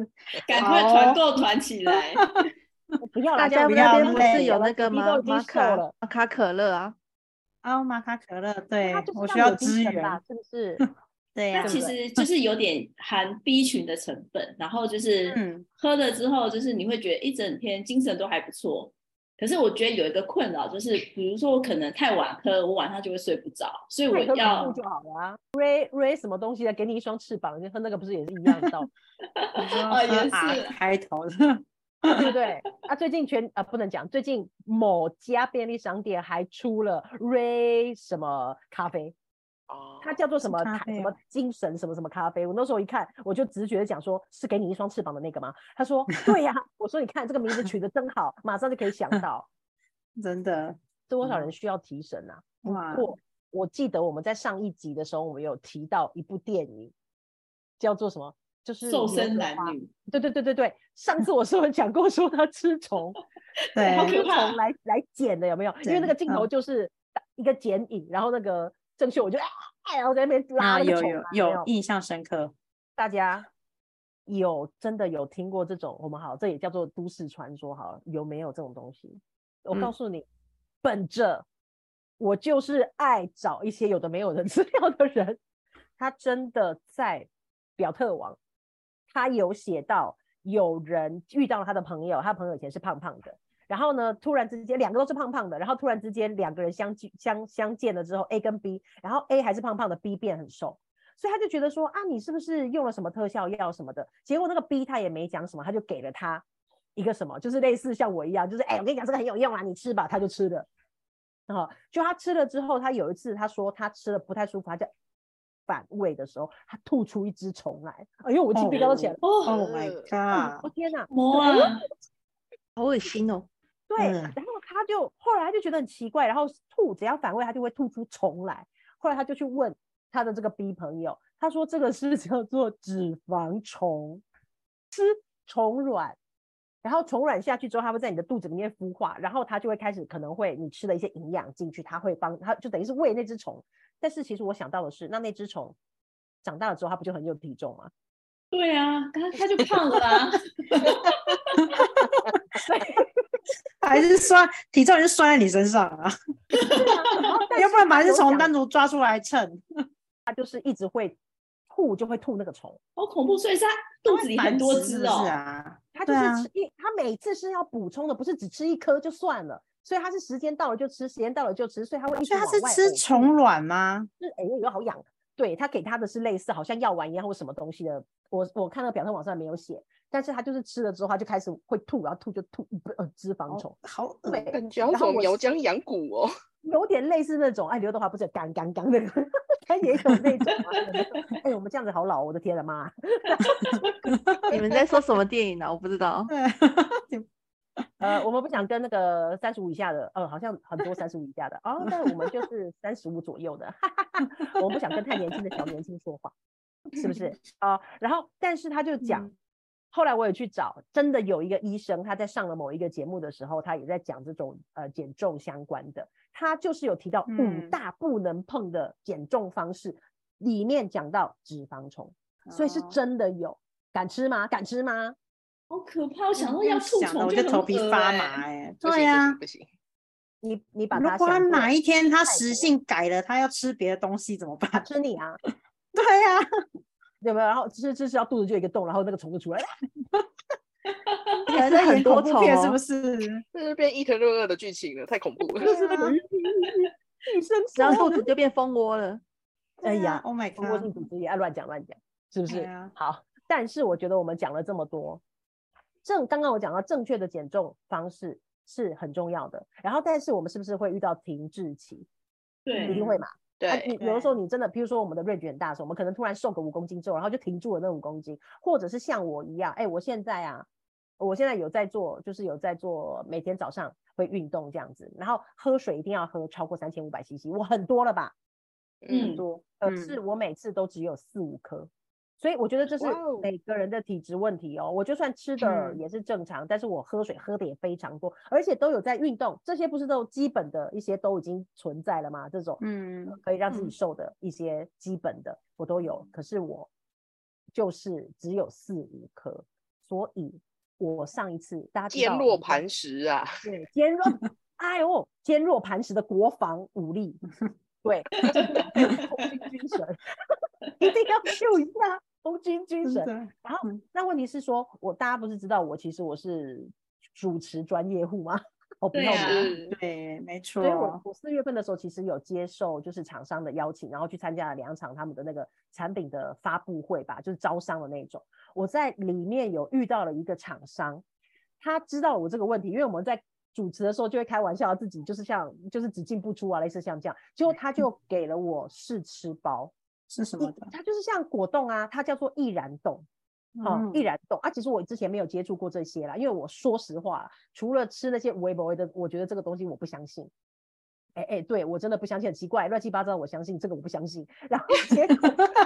D: 赶快
C: 好
D: 团 购团起来，
A: 不要啦，
E: 大
A: 这
E: 家
A: 样子
C: 不要
E: 那边不
C: 累
E: 是有
A: 了
E: 那个
A: 皮
E: 吗
A: 都已？经
E: 玛
A: 瘦
E: 卡
A: 了
E: 玛卡可乐啊，
C: 哦，玛卡 可乐，对
A: 他就是
C: 我
A: 让
C: 需
A: 你
C: 要
A: 有精
C: 支
A: 神
C: 援，
A: 吧，是不是？
C: 对呀、
D: 那其实就是有点含 B 群的成分，然后就是
C: 嗯
D: 喝了之后，就是你会觉得一整天精神都还不错。可是我觉得有一个困扰，就是比如说我可能太晚喝，我晚上就会睡不着，所以我
A: 那你喝
D: 要
A: 白露就好了啊。瑞瑞什么东西的，给你一双翅膀，你喝那个不是也是一样的道理，
C: 你说
D: 哦也
C: 喝 R
D: 是
C: 开头的，
A: 对不对？啊，最近全啊、不能讲，最近某家便利商店还出了瑞什么咖啡，
B: 哦，
A: 它叫做什么
C: 咖
A: 咖
C: 啡
A: 什
C: 哦
D: 啊
A: 么精神什么什么咖啡。我那时候一看，我就直觉的讲说，是给你一双翅膀的那个吗？他 说对呀、我说你看这个名字取得真好，马上就可以想到
C: 真的
A: 多少
C: 嗯
A: 人需要提神啊。
D: 嗯
C: 哇，
A: 过，我记得我们在上一集的时候，我们有提到一部电影，叫做什么？就是
D: 瘦
A: 刘
D: 身
A: 德
D: 男
A: 华。
D: 女。
A: 对对对对对，上次我是不是讲过说他吃虫，
C: 对
D: 好，
A: 吃
D: 可怕
A: 虫来来剪的有没有？因为那
C: 对
A: 个镜头
C: 嗯
A: 就是打一个剪影，然后那个郑秀我就啊，然后在那边拉
C: 啊
A: 那个
C: 有
A: 虫
C: 有
A: 嘛没
C: 有印象深刻，
A: 大家有真的有听过这种？我们好，这也叫做都市传说，好了，有没有这种东西？我
C: 嗯
A: 告诉你，本着我就是爱找一些有的没有的资料的人，他真的在表特网，他有写到有人遇到他的朋友，他朋友以前是胖胖的。然后呢，突然之间两个都是胖胖的，然后突然之间两个人相聚相相见了之后，A 跟 B，然后 A 还是胖胖的，B 变很瘦，所以他就觉得说啊，你是不是用了什么特效药什么的？结果那个 B 他也没讲什么，他就给了他一个什么，就是类似像我一样，就是哎、我跟你讲这个很有用啊，你吃吧，他就吃了。啊、就他吃了之后，他有一次他说他吃了不太舒服，他就反胃的时候，他吐出一只虫来。哎呦，我鸡皮疙瘩起来了！
D: 哦，
C: ，Oh my
A: 哦
C: god，
A: 天哪，
D: 魔
A: 对
D: 啊！
E: 好恶心哦！
A: 对，
C: 嗯
A: 然后他就后来他就觉得很奇怪，然后吐只要反胃，他就会吐出虫来。后来他就去问他的这个 B 朋友，他说这个是 叫做脂肪虫，吃虫卵，然后虫卵下去之后，它会在你的肚子里面孵化，然后它就会开始可能会你吃了一些营养进去，它会帮它就等于是喂那只虫。但是其实我想到的是，那那只虫长大了之后，它不就很有体重吗？
D: 对啊，他他就胖了啊，
C: 还是摔体重也是摔在你身上啊，要不然把是从
A: 单。
C: 单独抓出来称，
A: 它就是一直会吐，就会吐那个虫。
D: 好恐怖！所以是他肚子里很多
C: 繁殖是
D: 只
C: 不是
D: 哦，
C: 啊，
A: 它就
C: 对
A: 是
C: 啊
A: 吃一，它每次是要补充的，不是只吃一颗就算了。所以它是时间到了就吃，时间到了就吃，所以它会一直
C: 所以它
A: 往
C: 是
A: 外
C: 吃
A: 呕吐
C: 虫，卵吗？
A: 是哎呦好痒。对他给他的是类似好像药丸一样或什么东西的，我我看到表面网上没有写，但是他就是吃了之后他就开始会吐，然后吐就吐不呃脂肪虫，
C: 好恶
A: 对
B: 感觉好
A: 然
B: 像
A: 后
B: 什么
A: 我
B: 苗
A: 是
B: 疆养蛊哦，
A: 有点类似那种哎刘德华不是有干干干那个， 他也有那种啊。有那种 哎、我们这样子好老哦，我的天啊妈！
E: 你们在说什么电影呢、啊我不 知道。
C: 对，
A: 呃，我们不想跟那个三十五以下的，呃，好像很多三十五以下的哦，但我们 就是三十五左右的， 哈哈哈，我们不想跟太年轻的小年轻说话，是不 是？啊、然后但是他就讲，
C: 嗯
A: 后来我也去找，真的有一个医生，他在上了某一个节目的时候，他也在讲这种呃减重相关的，他就是有提到五
C: 嗯
A: 大不能碰的减重方式，里面讲到脂肪虫，所以是
C: 哦
A: 真的有，敢吃吗？敢吃吗？
D: 好可怕！我想到
C: 嗯
D: 要
C: 用
D: 吐
C: 想的
D: 虫，
C: 我就头皮发麻
B: 欸
C: 哎。
B: 不行
C: 对呀、
B: 不行
A: 你你把它
C: 如果他
A: 想做
C: 哪一天他
A: 泰
C: 食
A: 国
C: 性改了，他要吃别的东西怎么办？
A: 吃你啊，
C: 对呀、
A: 对吧？然后吃吃吃到肚子就有一个洞，然后那个虫就出来了。哎
E: 可能在
C: 演恐
E: 演多
C: 怖
E: 重
C: 片是
E: 哦
C: 不，是？
B: 这是变伊藤润二的剧情了，太恐怖了。
C: 对 啊
A: 寄生
E: 然后肚子就变蜂窝了。
A: 哎
C: 对啊
A: 呀
C: ，Oh my
A: 通过性
C: god！
A: 组织也爱乱讲乱讲，是不
C: 对
A: 是？
C: 啊
A: 好，但是我觉得我们讲了这么多，正刚刚我讲到正确的减重方式是很重要的。然后，但是我们是不是会遇到停滞期？一
D: 对
A: 定会嘛？啊
B: 对，
A: 你有的时候你真的，譬如说我们的 range 很大的时候，我们可能突然瘦个五公斤之后，然后就停住了那五公斤，或者是像我一样，哎，我现在啊，我现在有在做，就是有在做，每天早上会运动这样子，然后喝水一定要喝超过三千五百 CC，我很多了吧？
D: 嗯
A: 很多，可是我每次都只有四五颗，所以我觉得这是
B: 哇哦
A: 每个人的体质问题哦。我就算吃的
C: 嗯
A: 也是正常，但是我喝水喝的也非常多，而且都有在运动，这些不是都基本的一些都已经存在了吗？这种
C: 嗯，
A: 可以让自己
E: 嗯
A: 瘦的一些基本的我都有，可是我就是只有四五颗，所以我上一次大家知道嗯
B: 坚
A: 我
B: 若
A: 们的
B: 磐石啊！
A: 对，坚若， 哎呦，坚若磐石的国防武力，对，就是空军军神， 一定要秀一下空军军
C: 真
A: 神。
C: 的
A: 然后
C: 嗯，
A: 那问题是说，我大家不是知道我其实我是主持专业户吗？我不
D: 对
A: 要
D: 啊
A: 脸
B: 是
C: 对，没错
A: 所以我，我四月份的时候其实有接受就是厂商的邀请，然后去参加了两场他们的那个产品的发布会吧，就是招商的那种。我在里面有遇到了一个厂商，他知道我这个问题，因为我们在主持的时候就会开玩笑，自己就是像就是只进不出啊，类似像这样。结果他就给了我试吃包，
C: 是什
A: 一
C: 么的？
A: 它就是像果冻啊，它叫做易燃冻。哦，易
C: 嗯
A: 燃冻啊，其实我之前没有接触过这些啦，因为我说实话啦，除了吃那些微博的，我觉得这个东西我不相信。哎哎，对我真的不相信，很奇怪，乱七八糟，我相信这个我不相信。 然后结果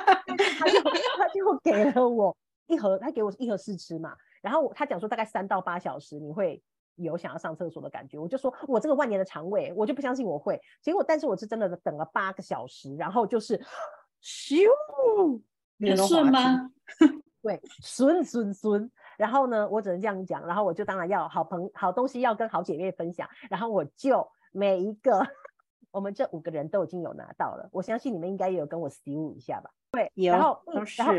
A: 他就他就给了我一盒，他给我一盒试吃嘛，然后我他讲说大概三到八小时你会有想要上厕所的感觉，我就说我这个万年的肠胃，我就不相信我会。结果但是我是真的等了八个小时，然后就是咻，
D: 很顺吗？
A: 对，损损损。然后呢，我只能这样讲，然后我就当然要好朋好东西要跟好姐妹分享，然后我就每一个 我们这五个人都已经有拿到了，我相信你们应该也有跟我 steal 一下吧。
C: 有
A: 然后
C: 都
A: 易然后
C: 是啊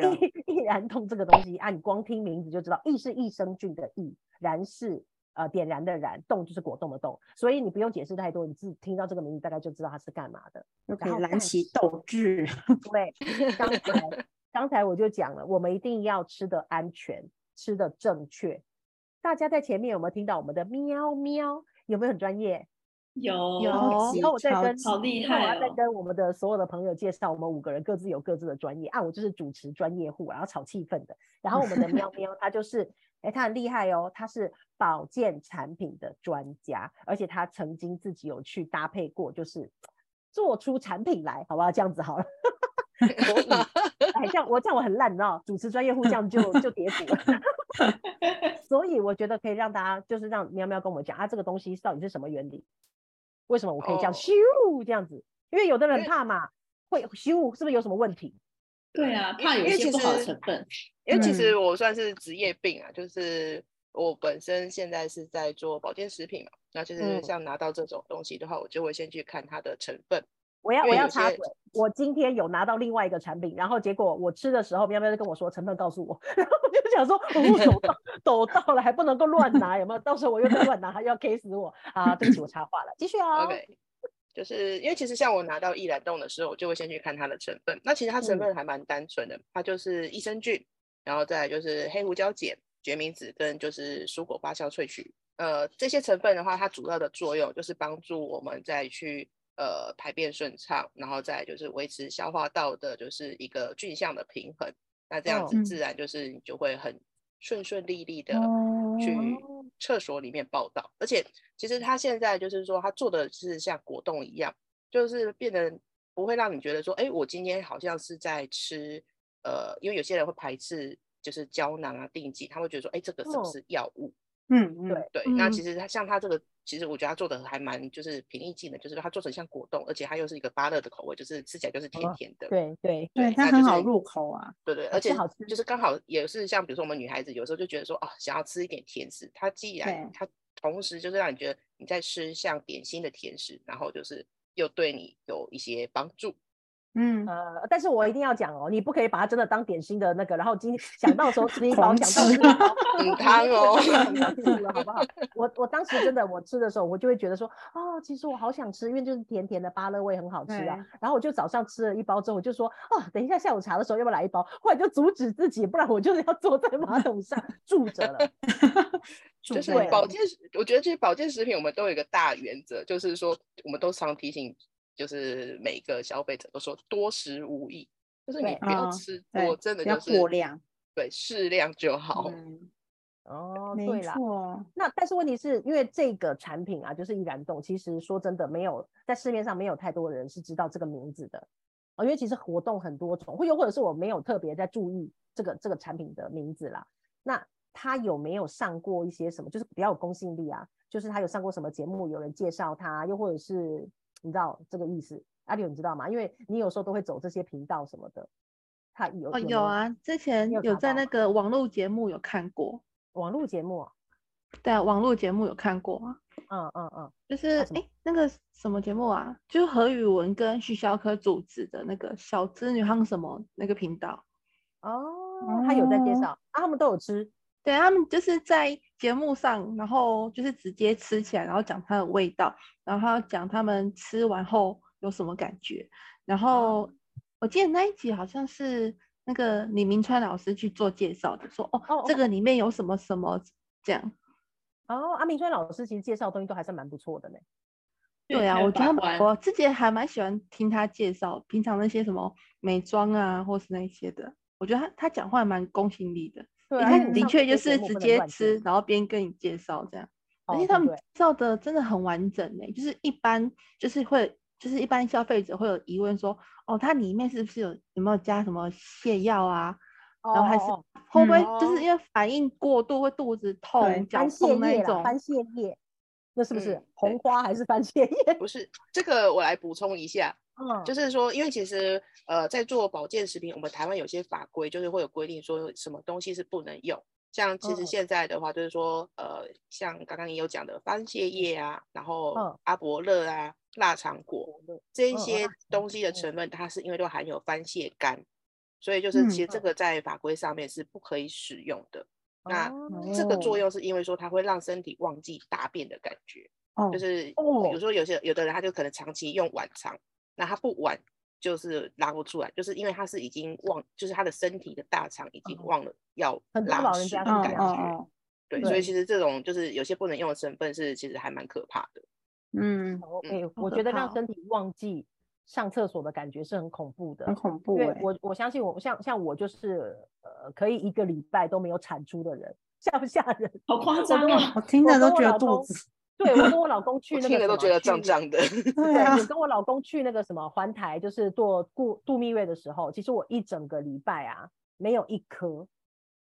A: 易 易燃痛这个东西啊，你光听名字就知道，易是益生菌的益，燃是呃点燃的燃，冻就是果冻的冻，所以你不用解释太多，你自己听到这个名字大概就知道它是干嘛的。
C: 又可以
A: 后
C: 燃
A: 但
C: 起
A: 是
C: 斗志。
A: 对，刚才刚才我就讲了，我们一定要吃的安全，吃的正确。大家在前面有没有听到我们的喵喵？有没有很专业？
D: 有
E: 有
A: 以后我再
C: 超
A: 跟
C: 级
D: 好厉
A: 以后我
D: 害
A: 要再
D: 哦！
A: 跟我们的所有的朋友介绍，我们五个人各自有各自的专业啊，我就是主持专业户，然后炒气氛的。然后我们的喵喵，他就是，哎，他很厉害哦，他是保健产品的专家，而且他曾经自己有去搭配过，就是做出产品来，好不好？这样子 好了。 所以，哎，这样我这样我很烂，你知道，主持专业户这样就就跌谷了。 所以我觉得可以让大家，就是让喵喵跟我们讲啊，这个东西到底是什么原理？为什么我可以这样
B: 哦
A: 咻、这样子？因为有的人怕嘛，会咻，是不是有什么问题？
D: 对啊，怕有
B: 因为
D: 一
B: 其
D: 些不好的
B: 实
D: 成分。
B: 因为其实
C: 嗯
B: 我算是职业病啊，就是我本身现在是在做保健食品嘛，那就是
A: 嗯
B: 像拿到这种东西的话，我就会先去看它的成分。
A: 我要
B: 因
A: 我
B: 为
A: 要
B: 有
A: 插
B: 些
A: 嘴，我今天有拿到另外一个产品，然后结果我吃的时候，喵喵就跟我说成分告诉我， 然后我就想说，哦，抖到抖到了，还不能够乱拿，有没有？到时候我又再乱拿，还要 K 死我啊！对不起，我插话了，继续哦。
B: OK，就是因为其实像我拿到易燃冻的时候，我就会先去看它的成分。那其实它
A: 嗯
B: 成分还蛮单纯的，它就是益生菌，然后再来就是黑胡椒碱、决明子跟就是蔬果发酵萃取。呃，这些成分的话，它主要的作用就是帮助我们再去呃排便顺畅，然后再来就是维持消化道的就是一个菌相的平衡。那这样
A: 哦
B: 子
C: 嗯
B: 自然就是你就会很顺顺利利的
C: 哦
B: 去厕所里面报道。而且其实他现在就是说他做的是像果冻一样，就是变得不会让你觉得说，哎，我今天好像是在吃呃，因为有些人会排斥就是胶囊啊、定剂，他会觉得说，哎，这个是不
A: 哦
B: 是药物？
C: 嗯嗯，
A: 对
B: 对，那
C: 嗯
B: 其实它像它这个，其实我觉得它做的还蛮就是平易近的，就是它做成像果冻，而且它又是一个芭乐的口味，就是吃起来就是甜
A: 哦
B: 甜的。
A: 对对，
C: 对，它
B: 那
C: 很
B: 就是
C: 好入口啊。
B: 对对，
A: 好
B: 而且
A: 吃好吃
B: 就是刚好也是像比如说我们女孩子有时候就觉得说啊，想要吃一点甜食，它既然
C: 对
B: 它同时就是让你觉得你在吃像点心的甜食，然后就是又对你有一些帮助。
C: 嗯，
A: 呃，但是我一定要讲哦，你不可以把它真的当点心的那个，然后今天 想到的时候吃一包，
C: 狂
A: 想到
C: 吃
A: 吃一 包，
B: 很
A: 你
B: 烫 哦
A: 这个真的很痛苦了，好不好？我我当时真的我吃的时候，我就会觉得说，哦，其实我好想吃，因为就是甜甜的芭乐味很好吃啊。然后我就早上吃了一包之后，我就说，哦，等一下下午茶的时候要不要来一包？后来就阻止自己，不然我就是要坐在马桶上 住着了。
C: 就
B: 就是
A: 对
B: 保健食，我觉得其实保健食品我们都有一个大原则，就是说我们都常提醒，就是每个消费者都说多食无益，就是你
A: 对
B: 不要
C: 嗯
B: 吃
C: 对
B: 多，真的
C: 不要
B: 就是
C: 过量，
B: 对，适量就好。
C: 嗯
A: 哦，
C: 没
A: 对啦，
C: 错，
A: 那但是问题是因为这个产品啊，就是易燃冻，其实说真的，没有在市面上没有太多人是知道这个名字的哦，因为其实活动很多种，或又或者是我没有特别在注意这个这个产品的名字啦。那它有没有上过一些什么，就是比较有公信力啊？就是它有上过什么节目，有人介绍它，又或者是你知道这个意思？阿柳，你知道吗？因为你有时候都会走这些频道什么的，它有没
E: 哦，有啊，之前
A: 有
E: 有
A: 查
E: 在
A: 到
E: 那
A: 吗
E: 个网络节目有看过，
A: 网络节目啊，
E: 对啊，网络节目有看过啊，
A: 嗯嗯嗯，
E: 就是
A: 那什
E: 哎
A: 么
E: 那个什么节目啊，就是何宇文跟徐小可主持的那个小资女夯什么那个频道，
A: 哦，他有在介
C: 哦
A: 绍啊，他们都有吃。
E: 对他们就是在节目上，然后就是直接吃起来，然后讲它的味道，然后还有讲他们吃完后有什么感觉。然
A: 哦
E: 后我记得那一集好像是那个李明川老师去做介绍的，说哦，
A: 哦
E: 这个里面有什么什么这样。
A: 哦，阿明川老师其实介绍的东西都还是蛮不错的呢。
E: 对啊，
D: 还有
E: 我觉
D: 把
E: 得
D: 关
E: 我自己还蛮喜欢听他介绍平常那些什么美妆啊，或是那些的。我觉得他他讲话蛮公信力的，
A: 对
E: 诶
A: 啊，
E: 他
A: 因为你
E: 的
A: 上
E: 确
A: 这
E: 就
A: 个节
E: 是
A: 目
E: 直
A: 不能
E: 接
A: 乱
E: 吃，，然后边跟你介绍这样。
A: 哦
E: 而且
A: 对
E: 他
A: 不
E: 们
A: 对
E: 照的真的很完整呢、就是一般就是会就是一般消费者会有疑问说，哦，它里面是不是有有没有加什么泻药啊？然后还是
A: 哦哦
E: 会不会
B: 嗯
E: 就是因为反应过度会肚子痛、脚
A: 番
E: 痛
A: 泻
E: 那一
A: 叶啦，
E: 种？
A: 番泻叶，那是不是
B: 嗯
A: 红花还是番泻 叶？
B: 不是这个，我来补充一下，
A: 嗯，
B: 就是说，因为其实呃，在做保健食品，我们台湾有些法规就是会有规定说什么东西是不能用。像其实
A: 嗯
B: 现在的话，就是说，呃，像刚刚也有讲的番泻叶啊，然后
A: 嗯
B: 阿伯乐啊、腊肠果，这一
A: 嗯
B: 些
A: 腊
B: 东西的
A: 嗯
B: 成分，它是因为都含有番泻苷，所以就是其实
C: 嗯
B: 这个在法规上面是不可以使用的。那
A: 哦
B: 这个作
E: 哦
B: 用是因为说它会让身体忘记大便的感觉，
C: 哦
B: 就，是比
A: 哦
B: 如说有些有的人他就可能长期用晚肠，那他不晚就是拉不出来，就是因为他是已经忘，就是他的身体的大肠已经
A: 嗯
B: 忘了要
A: 很多
B: 拉
A: 老人
B: 屎
A: 家
B: 的
A: 是这
C: 哦
B: 感
A: 样
C: 哦
B: 觉。
C: 哦，
B: 对，所以
A: 对
B: 其实这种就是有些不能用的成分是其实还蛮可怕的。
C: 嗯，
A: 哦
B: 嗯
A: 哎，我
E: 可
A: 觉得
E: 怕
A: 让
E: 哦
A: 身体忘记上厕所的感觉是很恐怖的
C: 很。恐怖
A: 因为
E: 欸
C: 哎，
A: 我我相信我像像我就是呃可以一个礼拜都没有产出的人， 吓不吓人？
D: 好夸
A: 我
D: 张
A: 跟我
D: 啊！
C: 我听着
A: 我
C: 都
A: 跟我
C: 觉得
A: 老
C: 肚
A: 公
C: 子，
A: 对我跟我老公去
B: 我
A: 那
B: 听
A: 个
B: 了
A: 什
B: 都
A: 么
B: 觉得胀
A: 去
B: 胀的。
C: 对啊
A: 对，我，跟我老公去那个什么环台，就是做度度蜜月的时候，其实我一整个礼拜啊没有一颗，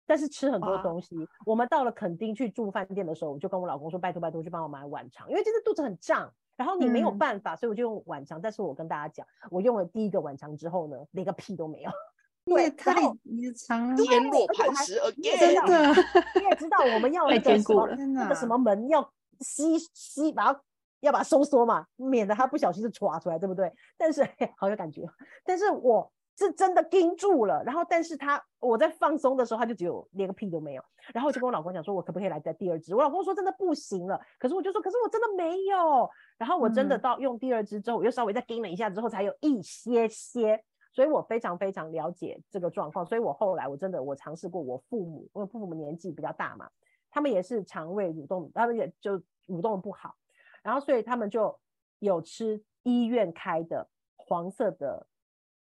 A: 但是吃很多
E: 哇
A: 东西。我们到了垦丁去住饭店的时候，我就跟我老公说：“拜托拜托，去帮我买晚肠，因为真的肚子很胀。”然后你没有
C: 嗯
A: 办法，所以我就用晚肠。但是我跟大家讲，我用了第一个晚肠之后呢，连个屁都没有。
C: 你也
A: 对，然
C: 太
A: 后
C: 你的肠
A: 对啊
B: 坚若
A: 而且我
B: 磐
A: 还
B: 石
C: 真
B: again。
C: 的，
A: 你也知道，我们要
E: 太
A: 那个
E: 坚
A: 什
E: 固
A: 么
E: 了
C: 天
A: 那
C: 哪，
A: 个什么门要吸吸，把它要把它收缩嘛，免得它不小心就歘出来，对不对？但是 好有感觉，哦但是我是真的盯住了，然后但是他我在放松的时候，他就只有连个屁都没有，然后我就跟我老公讲说，我可不可以来再第二支？我老公说真的不行了，可是我就说，可是我真的没有。然后我真的
C: 嗯
A: 到用第二支之后，我又稍微再盯了一下之后，才有一些些。所以我非常非常了解这个状况，所以我后来我真的我尝试过我父母，因为父母年纪比较大嘛，他们也是肠胃蠕动，他们也就蠕动得不好，然后所以他们就有吃医院开的黄色的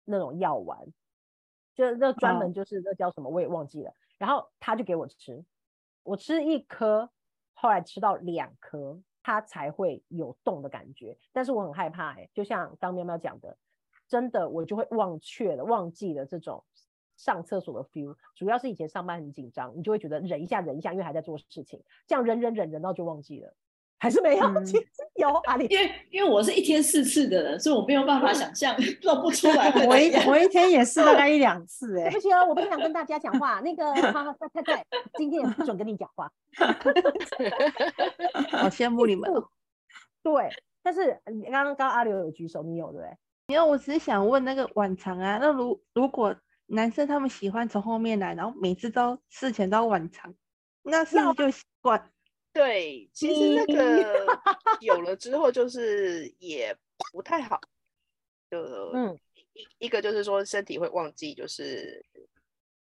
A: 那种药丸，就是那专门就是那叫什么我也忘记了。然后他就给我吃，我吃一颗，后来吃到两颗，它才会有动的感觉。但是我很害怕、欸，就像刚喵喵讲的，真的我就会忘却了、忘记了这种上厕所的 feel。主要是以前上班很紧张，你就会觉得忍一下、忍一下，因为还在做事情，这样忍忍忍忍到就忘记了，还是没有，
C: 嗯
A: 其实 有阿 里
D: 因为因为我是一天四次的人，所以我没有办法想象弄不出来会
C: 我
D: 怎
C: 一
D: 样。
C: 我一天也是大概一两次哎、
A: 对不起哦，我不想跟大家讲话。那个，好好，太太，今天也不准跟你讲话。
E: 好羡慕你们哦。
A: 对，但是呃你刚刚刚阿刘有举手，你有对不对？
E: 因为我只是想问那个晚肠啊，那如如果男生他们喜欢从后面来，然后每次都事前都要晚肠，那是不是就习惯？
B: 对，其实那
A: 嗯
B: 个 有了之后，就是也不太好，就
A: 嗯，
B: 一一个就是说身体会忘记，就是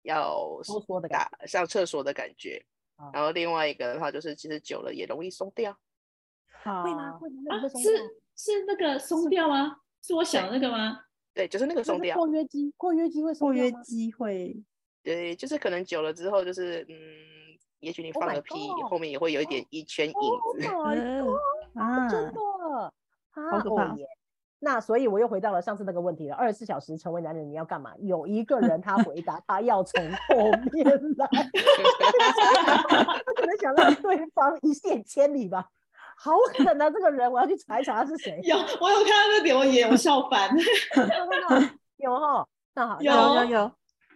B: 要
A: 收缩的感
B: 打上厕所的感觉
A: 啊。
B: 然后另外一个的话，就是其实久了也容易松掉。
A: 觉，
C: 啊
A: 会吗？会吗？那
D: 啊
A: 你会松
D: 是
A: 掉吗
D: 是那个松掉吗？是我想的那个吗？
B: 对，就是那个
A: 那
B: 松
A: 是
B: 掉。
A: 括约肌，括约肌会
C: 括
A: 松掉
C: 约
A: 吗？
C: 肌会
B: 对，就是可能久了之后，就是嗯，也许你
A: Oh
B: 放
A: my
B: 个屁，后面也会有一点一圈影
A: 哦
B: 子。
E: 嗯
C: 啊，
A: 真的啊，
E: 好可怕
A: 哦耶！那所以我又回到了上次那个问题了：二十四小时成为男人你要干嘛？有一个人他回答他要从后面来， 他可能想让对方一泻千里吧。好狠啊！这个人，我要去查一查他是谁。
D: 有，我有看到那留言，我笑翻。
A: 有哈，那好，
D: 有
A: 那
E: 有有，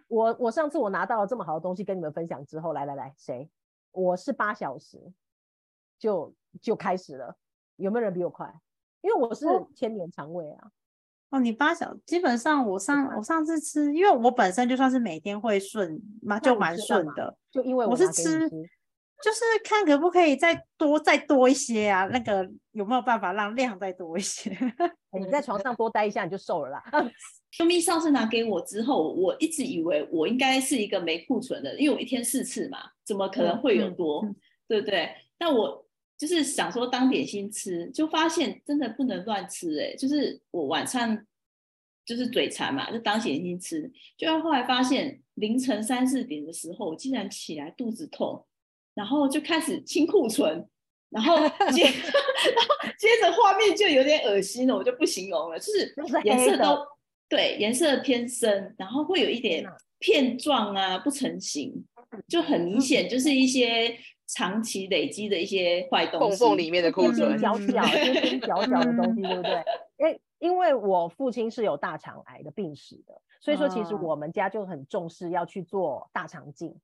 A: 我我上次我拿到了这么好的东西跟你们分享之后，来来来，谁？我是八小时就就开始了，有没有人比我快？因为我是千年肠胃啊，
C: 哦，你八小基本上我上我上次吃，因为我本身就算是每天会顺嘛，
A: 那
C: 就
A: 你
C: 蛮
A: 吃干
C: 顺
A: 嘛
C: 的。
A: 就因为
C: 我
A: 我
C: 是
A: 拿给你吃，
C: 就是看可不可以再多再多一些啊，那个有没有办法让量再多 一些？
A: 哎你在床上多待一下你就瘦 了啦。
D: 优咪上次拿给我之后，我一直以为我应该是一个没库存的人，因为我一天四次嘛，怎么可能会有
C: 嗯
D: 多，
C: 嗯
D: 对不对？但我就是想说当点心吃，就发现真的不能乱吃、欸，哎，就是我晚上就是嘴馋嘛，就当点心吃，就后来发现凌晨三四点的时候，我竟然起来肚子痛，然后就开始清库存，然后接 然后接着画面就有点恶心了，我就不形容了，就是
A: 都是
D: 颜
A: 黑
D: 色
A: 的
D: 都对颜色偏深，然后会有一点片状啊，不成形，就很明显就是一些长期累积的一些坏东
B: 缝
D: 西。
B: 缝里面的库
A: 边边
B: 存，
A: 角
C: 嗯
A: 角、边边角角的东西，对不对？因因为我父亲是有大肠癌的病史的，所以说其实
C: 哦
A: 我们家就很重视要去做大肠镜。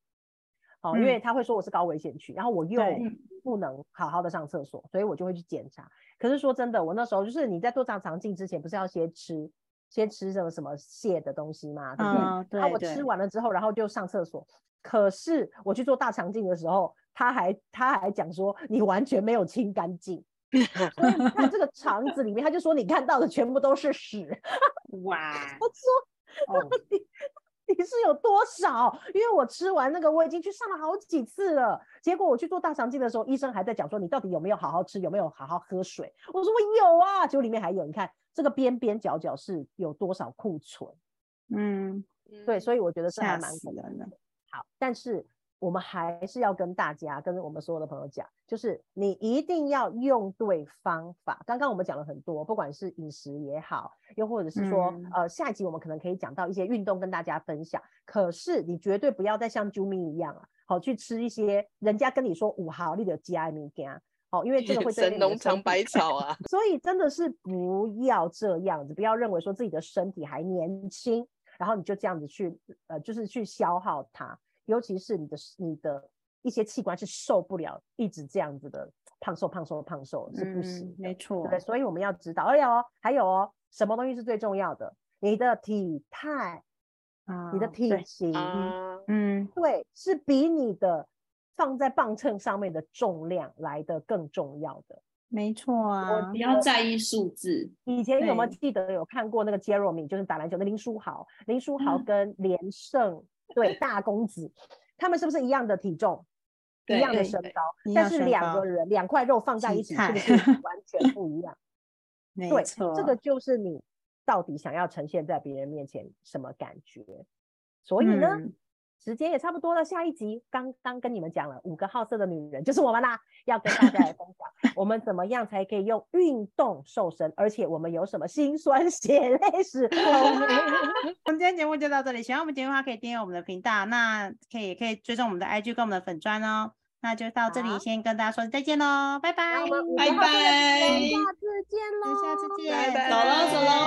A: 哦，因为他会说我是高危险区，然后我又
C: 嗯对
A: 不能好好的上厕所，所以我就会去检查。可是说真的，我那时候就是你在做大肠镜之前，不是要先吃先吃什么什么蟹的东西吗？对不对？
C: 嗯，对
A: 啊然后我
C: 对
A: 吃，完了之后，然后就上厕所。可是我去做大肠镜的时候，他还他还讲说你完全没有清干 净，所以你看这个肠子里面，他就说你看到的全部都是屎。
C: 哇，
A: 我说
C: 哦
A: 到底、你是有多少？因为我吃完那个，我已经去上了好几次了。结果我去做大肠镜的时候，医生还在讲说你到底有没有好好吃，有没有好好喝水。我说我有啊，结果里面还有，你看这个边边角角是有多少库存？
C: 嗯，
A: 对，所以我觉得这还
C: 吓
A: 蛮
C: 死
A: 恐怖
C: 人了。
A: 好，但是我们还是要跟大家、跟我们所有的朋友讲，就是你一定要用对方法。刚刚我们讲了很多，不管是饮食也好，又或者是说，
C: 嗯
A: 呃，下一集我们可能可以讲到一些运动跟大家分享。可是你绝对不要再像啾咪一样啊，好去吃一些人家跟你说五毫你的加米加。哦，因为 这个会对
B: 嗯神
A: 你的
B: 农
A: 身
B: 尝
A: 体
B: 百草啊。
A: 所以真的是不要这样子，不要认为说自己的身体还年轻，然后你就这样子去呃，就是去消耗它，尤其是你的你的一些器官是受不了一直这样子的胖瘦胖瘦胖瘦是不行
C: 嗯，
A: 的，
C: 没错，
A: 对，所以我们要知道，还有哦，还有哦，什么东西是最重要的？你的体态、你的
C: 啊
A: 体
C: 对
A: 型，
B: 啊，
C: 嗯，
A: 对，是比你的放在磅秤上面的重量来的更重要的。
C: 没错啊
D: 不，要在意数字，
A: 以前有没有
C: 对
A: 记得有看过那个 Jeremy，就是打篮球的林书豪，林书豪
D: 嗯
A: 跟连胜对大公子，他们是不是一样的体重，一
D: 对
A: 样的
E: 对
A: 身
D: 对
A: 高
C: 一？
A: 但
C: 样
A: 是
C: 身
A: 两个
C: 高
A: 人两块肉放在一起，
C: 体
A: 是不
C: 态
A: 是完全不一样？
C: 没
A: 对，
C: 错，
A: 这个就是你到底想要呈现在别人面前什么感觉。所以呢，
C: 嗯
A: 时间也差不多了，下一集刚刚跟你们讲了五个好色的女人就是我们啦，要跟大家来分享我们怎么样才可以用运动瘦身，而且我们有什么辛酸血泪 史。好吗
C: 我们今天节目就到这里，喜欢我们节目的话可以订阅我们的频道，那可以也可以追踪我们的 IG 跟我们的粉砖哦。那就到这
A: 好
C: 里，先跟大家说再见喽，拜拜，
A: 那我们五个
D: 拜
A: 好色的女人
D: 拜
A: 下次见喽，
C: 下次见，
B: 拜拜
D: 走喽走喽。